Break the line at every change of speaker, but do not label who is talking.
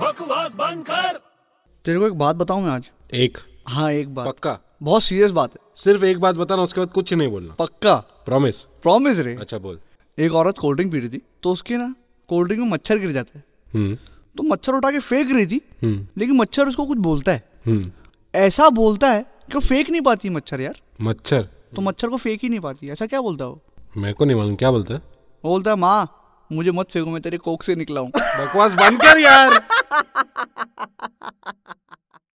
बकवास बंद कर
तेरे को एक बात बताऊं मैं आज
एक
हाँ एक बात
पक्का
बहुत सीरियस बात है
सिर्फ एक बात बताना उसके बाद कुछ नहीं बोलना
पक्का
प्रॉमिस
प्रॉमिस रे
अच्छा बोल
एक औरत कोल्ड ड्रिंक पी रही थी तो उसके ना कोल्ड ड्रिंक में मच्छर गिर जाते हैं
हम्म
तो मच्छर उठा के फेंक रही थी
हम्म
लेकिन मच्छर उसको कुछ बोलता है
हम्म
ऐसा बोलता है कि वो फेंक नहीं पाती मच्छर यार
मच्छर
तो मच्छर को फेंक ही नहीं पाती ऐसा क्या बोलता है वो
मेरे को नहीं मालूम क्या बोलता है
वो बोलता है माँ मुझे मत फेंको मैं तेरे कोक से निकला हूँ
बकवास बंद कर यार